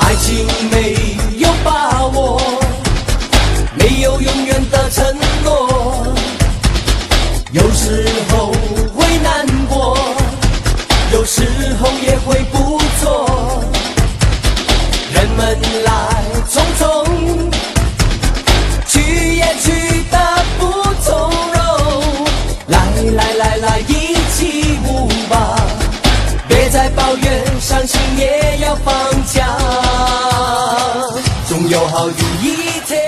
爱情没有把握，没有永远的承诺，有时候会难过，有时候也会不错。人们来匆匆，去也去的不从容。来来来来，一起舞吧。别再抱怨，伤心也要放假，总有好的一天。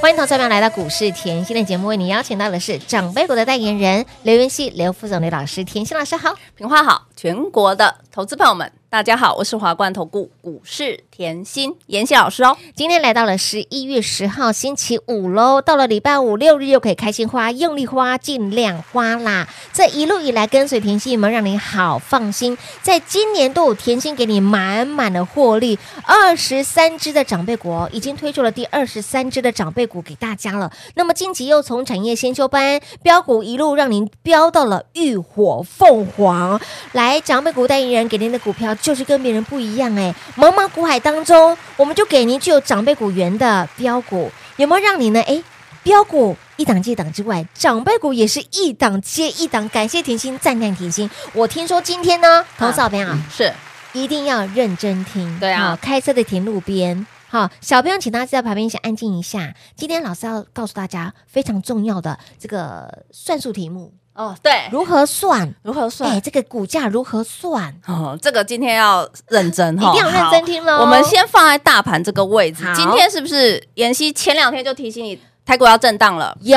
欢迎投资者朋友来到股市甜心的节目，为你邀请到的是长辈股的代言人刘元熙、刘副总、刘老师、甜心老师好。平花好，全国的投资朋友们，大家好，我是华冠投顾股市甜心妍希老师哦。今天来到了十一月十号星期五喽，到了礼拜五六日又可以开心花、用力花、尽量花啦。这一路以来跟随甜心，有没有让你好放心？在今年度，甜心给你满满的获利，二十三只的长辈股哦已经推出了第二十三只的长辈股给大家了。那么近期又从产业先修班标股一路让您飙到了浴火凤凰，来长辈股代言人给您的股票就是跟别人不一样哎，茫茫股海当中，我们就给您具有长辈股源的标股，有没有让你呢？哎，标股。一档接一档之外，长辈股也是一档接一档。感谢甜心，赞叹甜心。我听说今天呢，投资好朋友啊是一定要认真听。对啊好开车的停路边。好，小朋友，请大家在旁边先安静一下。今天老师要告诉大家非常重要的这个算术题目，哦，对，如何算？如何哎、算？这个股价如何算？哦，这个今天要认真哈，一定要认真听咯好我们先放在大盘这个位置好。今天是不是妍希前两天就提醒你，台股要震荡了？有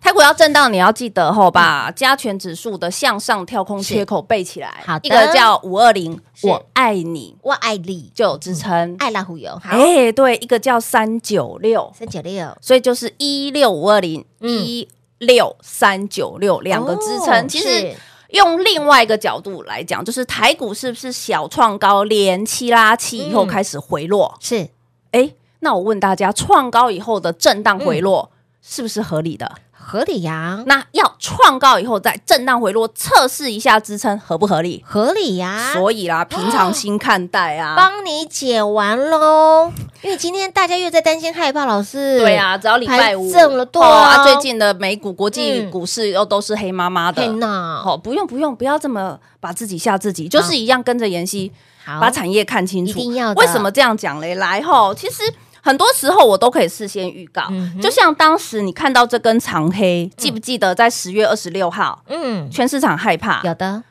台股要震荡，你要记得吼，把加权指数的向上跳空缺口背起来。嗯好的一个叫五二零，是嗯我爱你我爱你，就有支撑。爱拉虎油，好，哎，对，一个叫三九六，三九六，所以就是一六五二零嗯一六三九六两个支撑。哦其是实用另外一个角度来讲，就是台股是不是小创高连七拉七以后嗯开始回落？是哎、那我问大家，创高以后的震荡嗯回落、是不是合理的？合理呀、那要创高以后再震荡回落，测试一下支撑合不合理？合理呀、所以啦，平常心看待啊。帮你解完喽。因为今天大家又在担心害怕，老师对啊，只要礼拜五哦还正了对啊最近的美股国际嗯股市又都是黑麻麻的，天哪，好，不用不用，不要这么把自己吓自己，就是一样跟着妍希嗯好把产业看清楚。一定要的为什么这样讲嘞？来吼，其实很多时候我都可以事先预告，嗯哼就像当时你看到这根长黑，记不记得在十月二十六号，嗯，全市场害怕，有的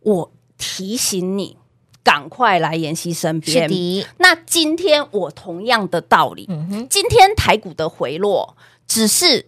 我提醒你赶快来妍希身是边。的，那今天我同样的道理，嗯哼，今天台股的回落只是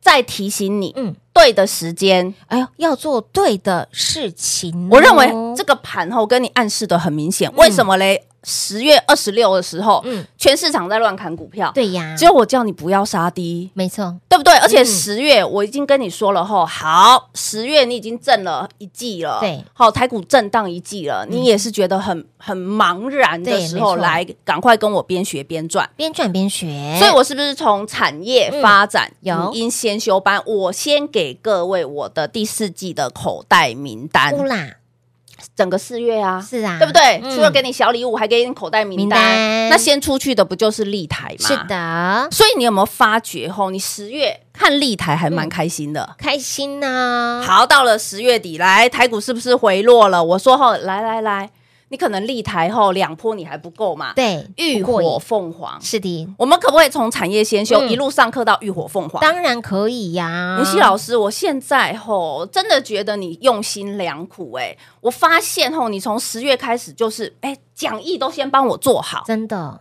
在提醒你，嗯对的时间。哎呦，要做对的事情哦、我认为这个盘后跟你暗示的很明显，为什么嘞？十月二十六的时候，嗯全市场在乱砍股票，，对呀，只有我叫你不要杀低，没错，对不对？嗯而且十月我已经跟你说了吼，好，十月你已经震了一季了，对，嗯好，台股震荡一季了，你也是觉得很很茫然的对时候，没错来赶快跟我边学边赚。边赚边学，所以，我是不是从产业发展、哎嗯有影音先修班？我先给各位我的第四季的口袋名单乌，啦，整个四月啊，是啊，对不对？嗯除了给你小礼物，还给你口袋名单，名单那先出去的不就是立台吗？是。的，所以你有没有发觉吼？你十月看立台还蛮开心的。开心呐、哦好，到了十月底，来台股是不是回落了？我说吼，来来来，你可能立台后两波你还不够嘛，，对，浴不过瘾火凤凰。是的，我们可不可以从产业先修嗯一路上课到浴火凤凰？当然可以呀、吴曦老师，我现在吼真的觉得你用心良苦哎、我发现吼你从十月开始就是哎讲义都先帮我做好，真的，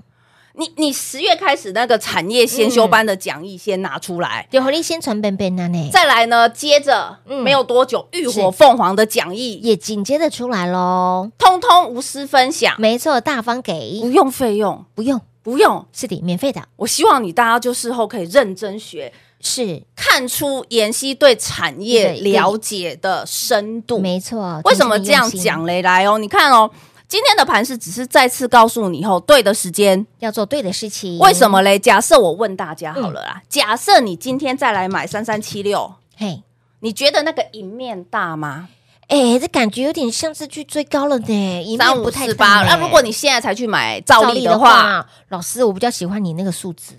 你你十月开始那个产业先修班的讲义先拿出来，有红利先传本本啊呢，再来呢接着、嗯没有多久浴火凤凰的讲义也紧接着出来喽。通通无私分享，没错，大方不给，用费用，不用，嗯不用。是的，免费的，我希望你大家就事后可以认真学，是看出妍希对产业了解的深度。没错。嗯为什么这样真是用心讲嘞？来哦，你看哦，今天的盘是只是再次告诉你后对的时间。要做对的事情？为什？么嘞？假设我问大家好了嗯啦，假设你今天再来买三三七六，嘿，你觉得那个赢面大吗？哎，这感觉有点像是去追高了呢，一面三五不太欸四八。那如果你你现在才去买照例的话，，老师，我比较喜欢你那个数 字，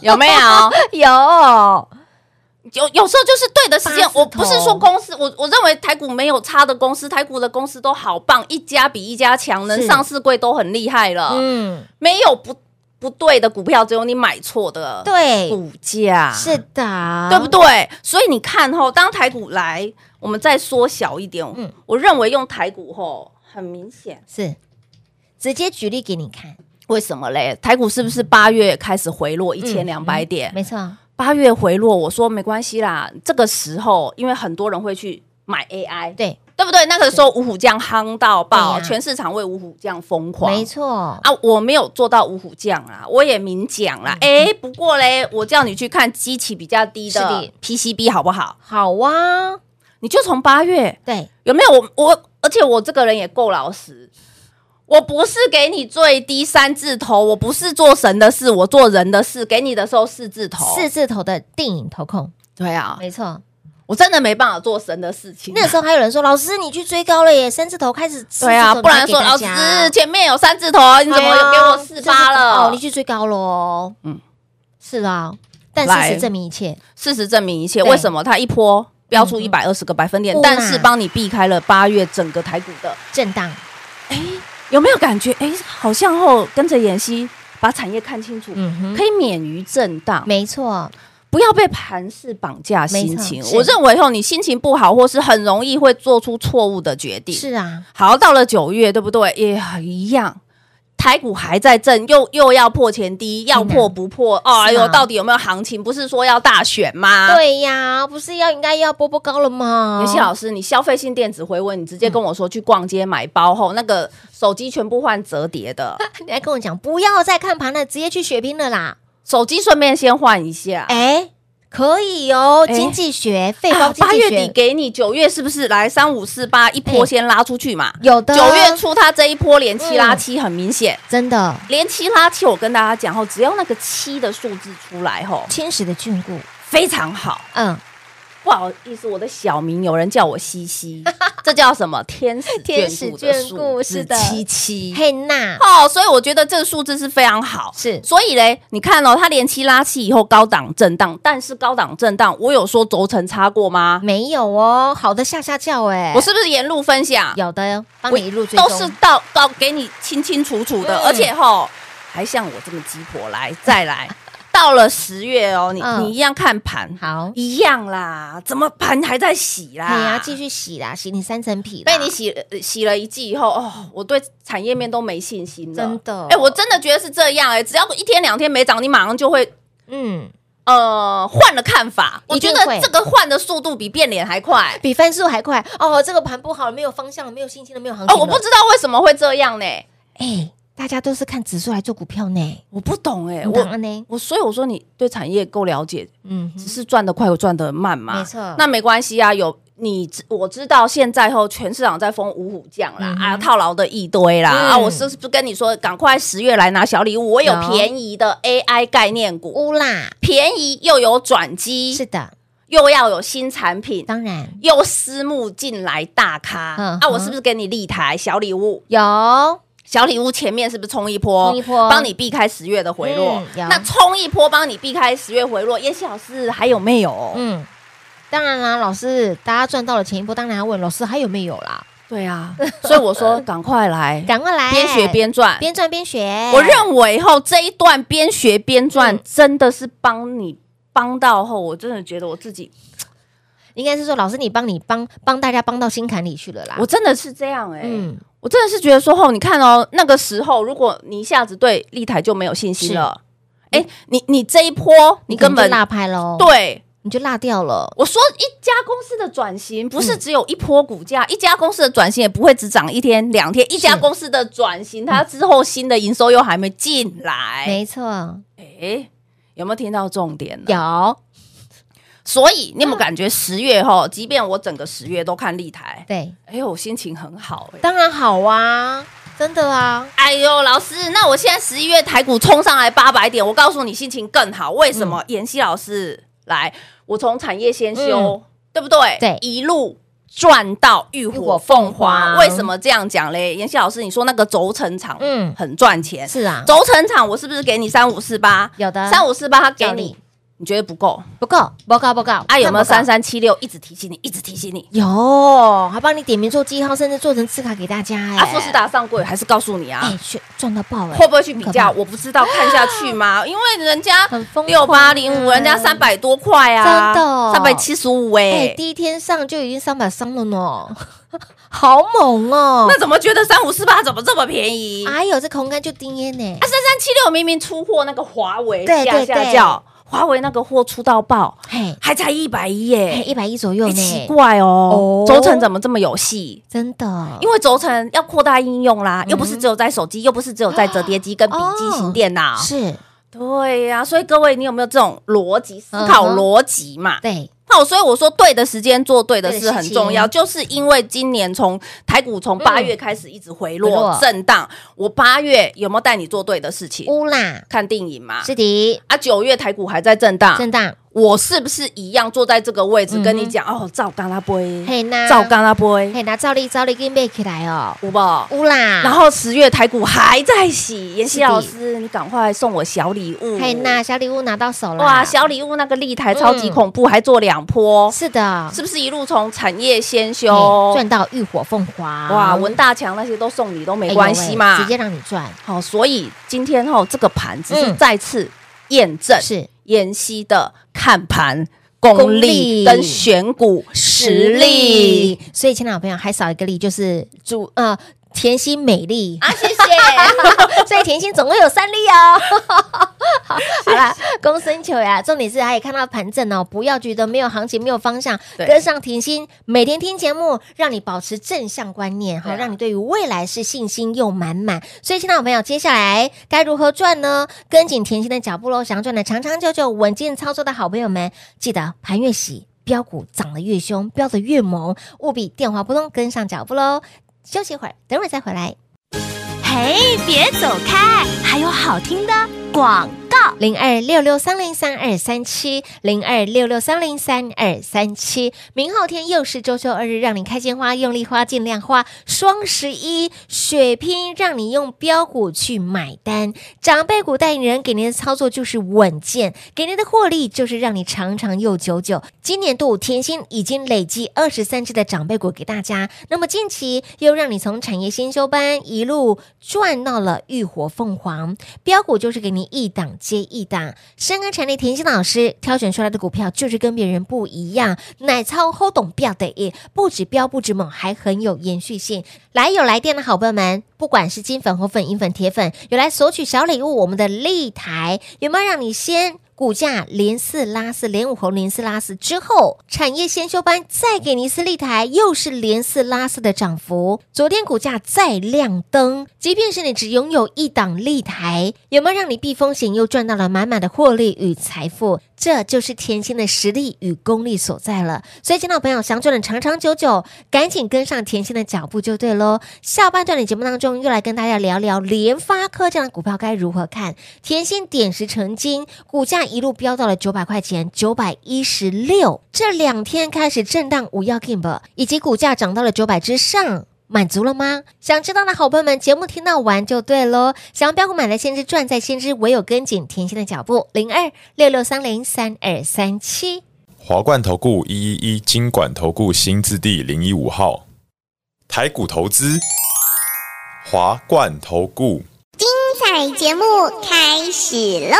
有没 有？有有有时候就是对的时间八字，头我不是说公司，我我认为台股没有差的公司，台股的公司都好棒，一家比一家强，能是上市柜都很厉害了。嗯，没有不不对的股票，只有你买错的对，股价，啊是的，对不？对？所以你看吼，当台股来，我们再缩小一点，嗯我认为用台股吼很明显，是，直接举例给你看，为什么嘞？台股是不是八月开始回落一千两百点？没错，八月回落，我说没关系啦，这个时候因为很多人会去买 AI，对，对不对？那个时候五虎将夯到爆，对呀全市场为五虎将疯狂，没错，啊，我没有做到五虎将啊，我也明讲啦。哎、不过嘞，我叫你去看基期比较低是的的 PCB 好不好？好啊，你就从八月对，有没有我我，而且我这个人也够老实，我不是给你最低三字头，我不是做神的事，我做人的事，给你的时候四字头。四，字头的电影投控，对啊，没错。我真的没办法做神的事情、那时候还有人说，老师你去追高了耶，三字头开始，对啊，不然说老师前面有三字头，你怎么又给我四八啊哦，了你？去追高喽，嗯嗯，是啊，但来事实证明一切，事实证明一切。对为什么它一波标出一百二十个百分点嗯，但是帮你避开了八月整个台股的，震荡有没有感觉？哎，好像后跟着妍希把产业看清楚，嗯哼可以免于震荡，没错，不要被盘势绑架心没情错。是我认为后你心情不好，或是很容易会做出错误的决定。是啊，好，到了九月，对不对？也一样。台股还在震，又又要破前低，要破不破？哦，哎是呦，啊到底有没有行情？不是说要大选吗？对呀，不是要应该要波波高了吗？妍希老师，你消费性电子回温，你直接跟我说去逛街买包后，那个手机全部换折叠的， 你还跟我讲不要再看盘了，直接去血拼了啦，手机顺便先换一下。哎，可以哦，哎经济学费啊包经八济月底学。给你，九月是不是来三五四八一波先拉出去嘛？有的嗯九月初它这一波连七拉七，很明显，真的连七拉七。我跟大家讲后，只要那个七的数字出来后，天使的眷顾，非常好。嗯，不好意思，我的小名有人叫我西西， 这叫什么？天使天使眷顾的眷顾数字是的七七。嘿娜哦，所以我觉得这个数字是非常好，是所以嘞，你看哦，它连期拉期以后高档震荡，但是高档震荡，我有说轴承差过吗？没有哦，好的吓吓叫哎，我是不是沿路分享？有的哟，帮我你一路追踪都是到到给你清清楚楚的，嗯而且吼还像我这么鸡婆来 再来，到了十月哦，你、嗯你一样看盘，好，一样啦，怎么盘还在洗啦？哎呀，继续洗啦，洗你三层皮啦，被你洗呃洗了一季以后，哦，我对产业面都没信心了。真的哎、我真的觉得是这样哎、只要一天两天没涨，你马上就会嗯，呃换了看法。我一定觉会得这个换的速度比变脸还快。比翻数还快哦，这个盘不好了，没有方向了，没有信心了，没有行哦，情了我不知道为什么会这样呢、哎，大家都是看指数来做股票呢，我不懂哎、我我安呢，我所以我说你对产业够了解，嗯只是赚得快，我赚得慢嘛。没错那没关系啊，有。你知我知道现在后全市场在封五虎将啦，啊套牢的一堆啦、嗯啊！我是不是跟你说，赶快十月来拿小礼物？我有有便宜的 AI 概念股，乌啦，便宜又有转是机，的，又要有新产品，当然又私募进来大咖、嗯啊！哼我是不是给你立台小礼物？有小礼物前面是不是冲一波？冲一波帮你避开十月的回落。嗯有那冲一波帮你避开十月回落，叶希老师还有没有？嗯嗯，当然啦，老师，大家赚到了前一波，当然要问老师还有没有啦。对 啊，所以我说赶快来，赶快来，嗯边学边赚。边赚边学。我认为以后这一段边学边嗯赚，真的是帮你帮到后，我真的觉得我自己，应该是说，老师你帮你帮帮大家帮到心坎里去了啦。我真的是这样哎、啊嗯，我真的是觉得说后，你看哦，那个时候如果你一下子对立台就没有信心了，哎、你你这一波你根可能本就落拍喽，，对。你就落掉了。我说一家公司的转型不是只有一波股价，一家公司的转型也不会只涨一天两天。一家公司的转型，它之后新的营收又还没进来，没错，哎，有没有听到重点呢？有所以你有没有感觉十月哈？即便我整个十月都看立台，对，哎呦，我心情很好哎。当然好啊，真的啊，哎呦，老师，那我现在十一月台股冲上来八百点，我告诉你心情更好。为什嗯么？妍希老师来，我从产业先修，对不对？嗯对一路赚到浴浴火火凤凤凰。凰为什么这样讲嘞？妍希老师，你说那个轴承厂，嗯嗯，很赚钱。是啊，轴承厂，我是不是给你三五四八？有的三五四八，他给有你你，你觉得不够？不够，报告报告啊，有没有三？看报告三七六一直提醒你，一直提醒你？有，还帮你点名做记号，甚至做成字卡给大家。哎，啊，富士达上柜还是告诉你啊？哎，去赚到爆哎会，不会去比很可怕啊价？我不知道，看下去吗？因为人家很疯六狂啊八零五，人家三百多块啊，真的三百七十五哎哎，，第一天上就已经三百三了呢， 好猛哦！那怎么觉得三五四八怎么这么便宜？啊，哎呦，这空干就丁烟呢，三三七六明明出货那个华为对下对下对叫，华为那个货出到爆，嘿，还才一百一嘿，耶，一百一左右哎呢，奇怪哦哦，轴承怎么这么有戏？真的，因为轴承要扩大应用嗯啦，又不是只有在手机，又不是只有在折叠机跟笔记型电脑，哦是对呀、所以各位，你有没有这种逻辑思考嗯哼逻辑嘛？对，那我所以我说，对的时间做对的事对的很事情重要，就是因为今年从台股从八月开始一直回嗯回落落震荡，我八月有没有带你做对的事情？乌啦，看电影嘛。是的，啊，九月台股还在震荡，震荡，我是不是一样坐在这个位置嗯哼跟你讲？哦，照干拉波，嘿那照干拉波，嘿那照例照例给你背起来哦，有吧？乌啦，然后十月台股还在洗，妍希是的老师，你赶快送我小礼物。嘿那嗯小礼物拿到手了，嗯哇，小礼物那个立台超级恐怖，还做两波，是的，是不是一路从产业先嘿修？赚到浴火凤凰，哇，文大强那些都送你都啊哎没呦关系嘛喂直。接让你赚，好，所以今天吼这个盘只是嗯再次验证是妍希的看盘功功力力跟选股实力。，所以亲爱的朋友还少一个力，就是主呃甜心美丽。啊，谢谢。 所以甜心总共有三粒哦。 好啦，公孙球呀，重点是还也看到盘正哦，不要觉得没有行情、没有方向，对跟上甜心，每天听节目，让你保持正向观念，好、对啊让你对于未来是信心又满满。所以，亲爱的朋友，接下来该如何赚呢？跟紧甜心的脚步喽，想要赚的长长久久、稳健操作的好朋友们，记得盘越洗。标股涨得越凶，标得越猛，务必电话拨通跟上脚步喽！休息一会儿，等会儿再回来。嘿，别走开，还有好听的广告。零二六六三零三二三七零二六六三零三二三七。明后天又是周休二日，让你开心花、用力花、尽量花。双十一血拼，让你用标股去买单。长辈股代言人给您的操作就是稳健，给您的获利就是让你长长又久久。今年度甜心已经累积二十三只的长辈股给大家，那么近期又让你从产业先修班一路赚到了浴火凤凰。标股就是给你一档接一档。深耕产业甜心老师挑选出来的股票就是跟别人不一样，奶超齁懂标的耶，不止标不止猛，还很有延续性。来有来电的好朋友们，不管是金粉、红粉、银粉、铁粉，有来索取小礼物，我们的立台有没有让你先？股价连四拉四，连五红，连四拉四之后，产业先修班再给你一次立台，又是连四拉四的涨幅。昨天股价再亮灯，即便是你只拥有一档立台，有没有让你避风险又赚到了满满的获利与财富？这就是甜心的实力与功力所在了。所以，亲爱的朋友，想赚的长长久久，赶紧跟上甜心的脚步就对喽。下半段的节目当中，又来跟大家聊聊联发科这样的股票该如何看。甜心点石成金，股价一路飙到了九百块钱，九百一十六，这两天开始震荡五要 game，以及股价涨到了九百之上。满足了吗？想知道的好朋友们，节目听到完就对喽。想要标股买来先知赚在先知，唯有跟紧甜心的脚步。零二六六三零三二三七。华冠投顾一一一金管投顾新字第零一五号，台股投资，华冠投顾。彩节目开始喽！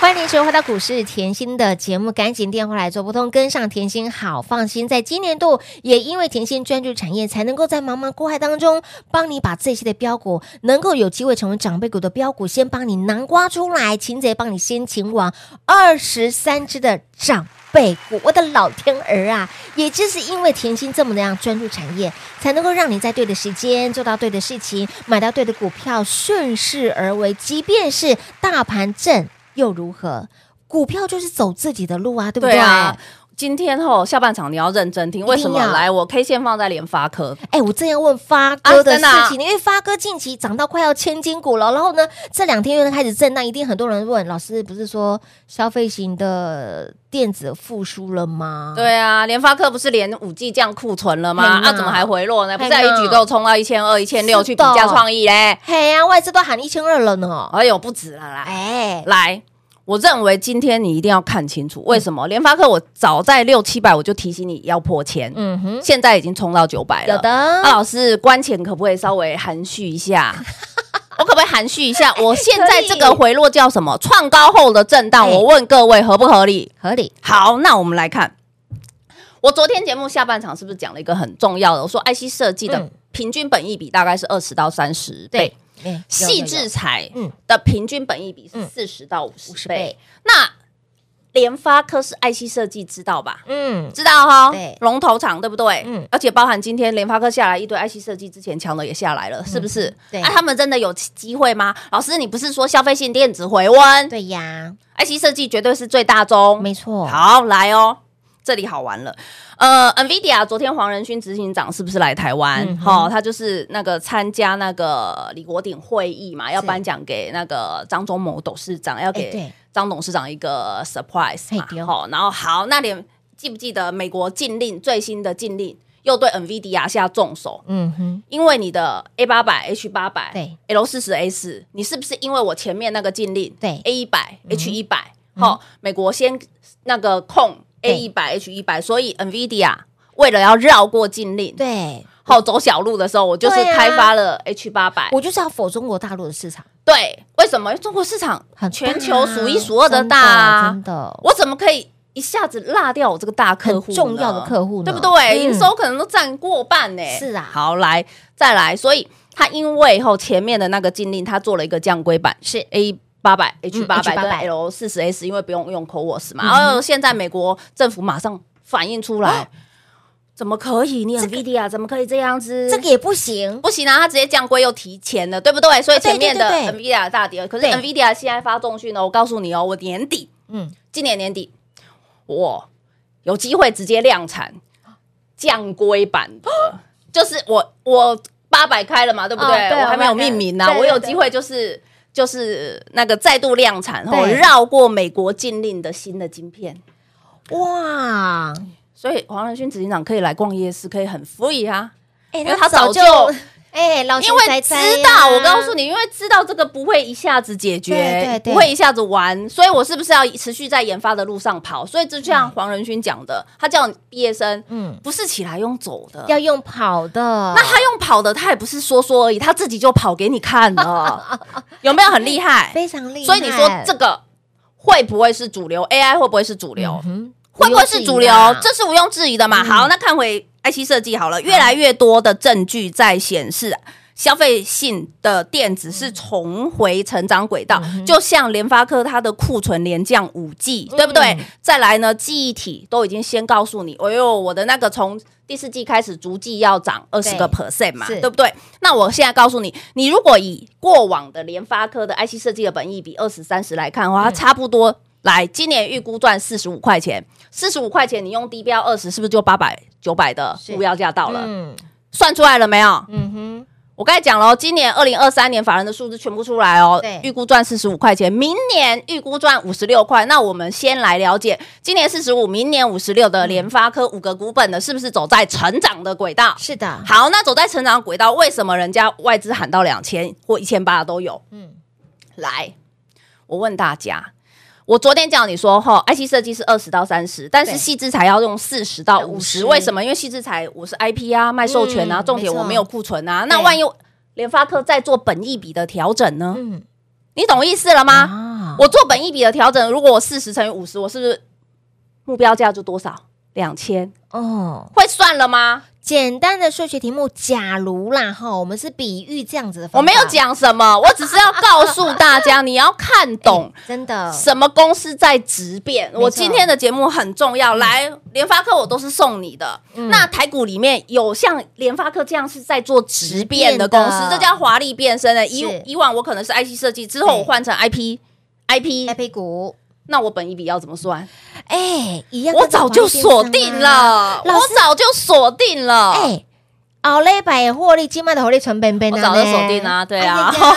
欢迎收回到股市甜心的节目，赶紧电话来做拨通，跟上甜心好放心。在今年度，也因为甜心专注产业，才能够在茫茫股海当中，帮你把这些的标股，能够有机会成为长辈股的标股，先帮你南瓜出来，擒贼帮你先擒王，二十三只的长。辈股，我的老天儿啊！也就是因为甜心这么那样专注产业，才能够让你在对的时间做到对的事情，买到对的股票，顺势而为。即便是大盘震又如何？股票就是走自己的路啊，对不对？对啊。今天吼下半场你要认真听，为什一么定要来？我 K 线放在联发科，哎，我正要问发哥的啊事真的啊情，因为发哥近期涨到快要千金股了，然后呢，这两天又开始震荡，一定很多人问老师，不是说消费型的电子复苏了吗？，对啊，联发科不是连五 G 降库存了吗？哎呀啊，怎么还回落呢？不哎呀是啊还一举够冲到一千二、一千六去比价创意嘞？嘿呀、外资都喊一千二了呢。哎呦，不止了啦！哎，来，我认为今天你一定要看清楚，为什么联发科我早在六七百我就提醒你要破千，嗯哼，现在已经冲到九百了。有的哦啊，老师，关前可不可以稍微含蓄 一下？我可不可以含蓄一哎下？我现在这个回落叫什么？创高后的震荡，哎我问各位合不合理？合理。好，那我们来看，我昨天节目下半场是不是讲了一个很重要的？我说 IC 设计的嗯平均本益比大概是二十到三十对倍。哎有嗯有细有制材嗯的平均本益比是嗯四十到五50十倍倍。那联发科是 IC 设计，知道吧？嗯，知道哈对，龙头厂对不对？嗯嗯，而且包含今天联发科下来一堆 IC 设计，之前强的也下来了，是不是？嗯对啊，他们真的有机会吗？老师，你不是说消费性电子回温对呀， ，IC 设计绝对是最大宗，没错。嗯好，来哦，这里好玩了。呃，NVIDIA 昨天黄仁勋执行长是不是来台湾嗯？好、他就是那个参加那个李国鼎会议嘛，要是颁奖给那个张忠谋董事长，要哎给对张董事长一个 surprise 嘛嘿对。哦好、然后好，那你记不记得美国禁令最新的禁令又对 NVIDIA 下重手？嗯哼，因为你的 A 八百、H 八百、对 L 四十 A 四，你是不是因为我前面那个禁令，对嗯 A 一百、H 一百，好，美国先那个控 A 一百、H 一百，所以 NVIDIA 为了要绕过禁令，对，好走小路的时候，我就是对啊开发了 H 八百。我就是要否中国大陆的市场对，为什么？因为中国市场很大啊全球数一数二的大啊，真的真的我怎么可以？一下子落掉我这个大客户很呢，重要的客户呢对不对？嗯营收可能都占过半呢。是啊好来再来，所以他因为后前面的那个禁令，他做了一个降规版，是 A 八百、H 嗯八百跟 H800 L 四十 S，因为不用用 CoWoS 嗯嘛。然后现在美国政府马上反映出啊来，怎么可以？你 NVIDIA 怎么可以这样子？这个也不行，不行啊，他直接降规又提前了，对不对？所以啊对前面的对对 NVIDIA 大跌，可是对 NVIDIA 现在发重讯呢，我告诉你哦，我年底，嗯嗯，今年年底我有机会直接量产降规版的， 就是我我八百开了嘛，对不对？哦啊对我还没有我还没命名呢、对对我有机会就是。就是那个再度量产后对绕过美国禁令的新的晶片，哇，所以黄仁勋执行长可以来逛夜市，可以很 free 啊，哎，因为他早就哎，老因为知道，我告诉你，因为知道这个不会一下子解决，对对对不会一下子完，所以我是不是要持续在研发的路上跑？所以就像黄仁勋讲的，他叫你毕业生，嗯嗯，不是起来用走的，要用跑的，那他用跑的，他也不是说说而已，他自己就跑给你 看了，有没有很厉害？非常厉害，所以你说这个会不会是主流？AI 会不会是主流？嗯哼会不会是主流啊嗯毋庸置疑啦？这是毋庸置疑的嘛。好，那看回 IC 设计好了，越来越多的证据在显示。消费性的电子是重回成长轨道，就像联发科它的库存连降五 G，、对不对？再来呢，记忆体都已经先告诉你，哎呦，我的那个从第四季开始逐季要涨二十个 percent 嘛，是对哦不对？那我现在告诉你，你如果以过往的联发科的 IC 设计的本益比二十三十来看的话，嗯它差不多来今年预估赚四十五块钱，四十五块钱你用低标二十，是不是就八百九百的目标价到了？嗯算出来了没有？嗯哼，我刚才讲了哦，今年二零二三年法人的数字全部出来哦对，预估赚四十五块钱，明年预估赚五十六块。那我们先来了解今年四十五，明年五十六的联发科五个股本的，是不是走在成长的轨道？是的，好，那走在成长轨道，为什么人家外资喊到两千或一千八都有？嗯嗯，来，我问大家，我昨天叫你说哈、i c 设计是二十到三十，但是对细致材要用四十到五50十，为什么？因为细致材我是 IP 啊，卖授权啊，嗯重没点错我没有库存啊。那对万一联发科在做本益比的调整呢？嗯你懂意思了吗？啊，我做本益比的调整，如果我四十乘以五十，我是不是目标价就多少？两千，哦，会算了吗？简单的数学题目，假如啦哈，我们是比喻这样子的方法，我没有讲什么， 我只是要告诉大家，你要看 懂。真的，什么公司在质变？嗯没错我今天的节目很重要，来联发科我都是送你的。嗯那台股里面有像联发科这样是在做质变的质变公的司，这叫华丽变身的。以是以往我可能是 IC 设计，之后我换成 IP。 A IP， P 股，那我本一笔要怎么算？哎，一样，我早就锁定。了，啊老我师早就锁定了。哎，奥莱百获利，今麦的获利存本本，哎我早就锁定啊对啊好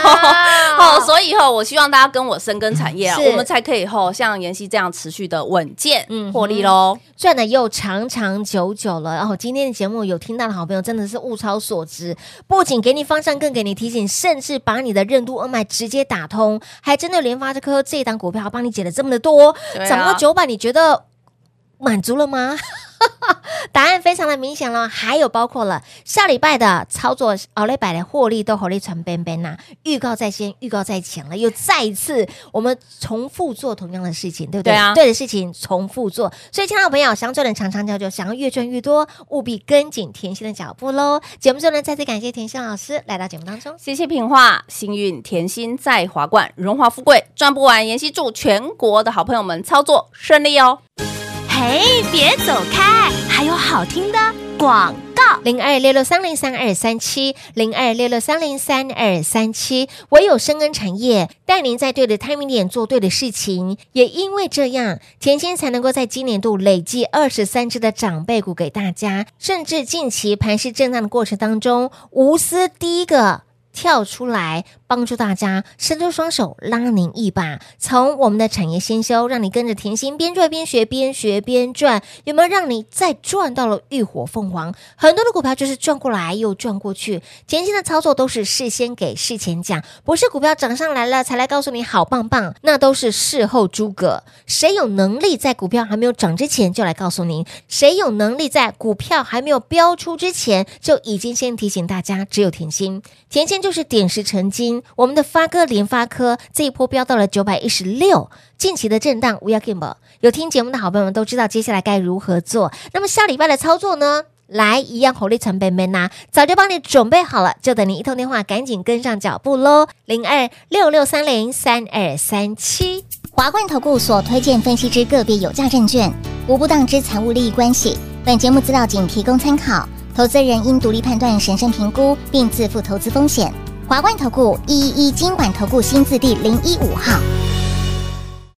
哦，所以吼，我希望大家跟我深耕产业啊，是我们才可以吼像妍希这样持续的稳健嗯哼获利喽。赚的又长长久久了。哦，今天的节目有听到的好朋友真的是物超所值，不仅给你方向，更给你提醒，甚至把你的任督二脉直接打通，还针对联发科这一档股票帮你解了这么的多，对啊涨到九百，你觉得满足了吗？ 答案非常的明显了，还有包括了下礼拜的操作，奥莱百的获利都获利传边边呐，预告在先，预告在前了，又再一次我们重复做同样的事情，对不对？对啊对的事情重复做，所以，亲爱的朋友，想赚的长长久久，想要越赚越多，务必跟紧甜心的脚步喽。节目最后呢，再次感谢甜心老师来到节目当中。谢谢品画，幸运甜心在华冠，荣华富贵赚不完。妍希祝全国的好朋友们操作顺利哦。嘿，别走开，还有好听的广告。零二六六三零三二三七，零二六六三零三二三七。唯有深耕产业，带您在对的 timing 点做对的事情。也因为这样，甜心才能够在今年度累计二十三只的长辈股给大家，甚至近期盘势震荡的过程当中，无私第一个。跳出来帮助大家，伸出双手拉您一把，从我们的产业先修，让你跟着甜心边赚边学，边学边赚，有没有让你再赚到了浴火凤凰？很多的股票就是转过来又转过去，甜心的操作都是事先给事前讲，不是股票涨上来了才来告诉你好棒棒，那都是事后诸葛。谁有能力在股票还没有涨之前就来告诉您？谁有能力在股票还没有标出之前就已经先提醒大家？只有甜心，甜心就是点石成金。我们的发哥联发科这一波飙到了九百一十六，近期的震荡 we are game。有听节目的好朋友们都知道接下来该如何做。那么下礼拜的操作呢？来，一样红利成本没拿，早就帮你准备好了，就等你一通电话，赶紧跟上脚步喽！零二六六三零三二三七。华冠投顾所推荐分析之个别有价证券，无不当之财务利益关系。本节目资料仅提供参考，投资人应独立判断、审慎评估，并自负投资风险。华冠投顾一一一金管投顾新字第零一五号。